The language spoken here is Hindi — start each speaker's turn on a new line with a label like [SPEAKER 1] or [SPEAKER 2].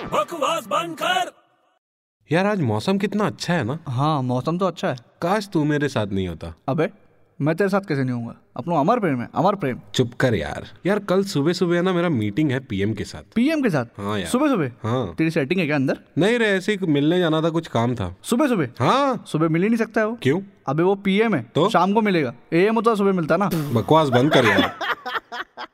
[SPEAKER 1] आवाज बंद कर
[SPEAKER 2] यार आज मौसम कितना अच्छा है ना
[SPEAKER 3] हाँ मौसम तो अच्छा है
[SPEAKER 2] काश तू मेरे साथ नहीं होता
[SPEAKER 3] अबे मैं तेरे साथ कैसे नहीं हूँगा अपना अमर प्रेम है अमर प्रेम
[SPEAKER 2] चुप कर यार यार कल सुबह सुबह है ना मेरा मीटिंग है पीएम के साथ
[SPEAKER 3] पीएम के साथ
[SPEAKER 2] हाँ यार।
[SPEAKER 3] सुबह सुबह
[SPEAKER 2] हाँ
[SPEAKER 3] तेरी सेटिंग है क्या अंदर
[SPEAKER 2] नहीं रे ऐसे ही मिलने जाना था कुछ काम था
[SPEAKER 3] सुबह सुबह
[SPEAKER 2] हाँ
[SPEAKER 3] सुबह मिल ही नहीं सकता है वो
[SPEAKER 2] क्यों
[SPEAKER 3] अबे वो पीएम है
[SPEAKER 2] तो?
[SPEAKER 3] तो शाम को मिलेगा एएम होता है सुबह मिलता ना
[SPEAKER 2] बकवास बंद कर यार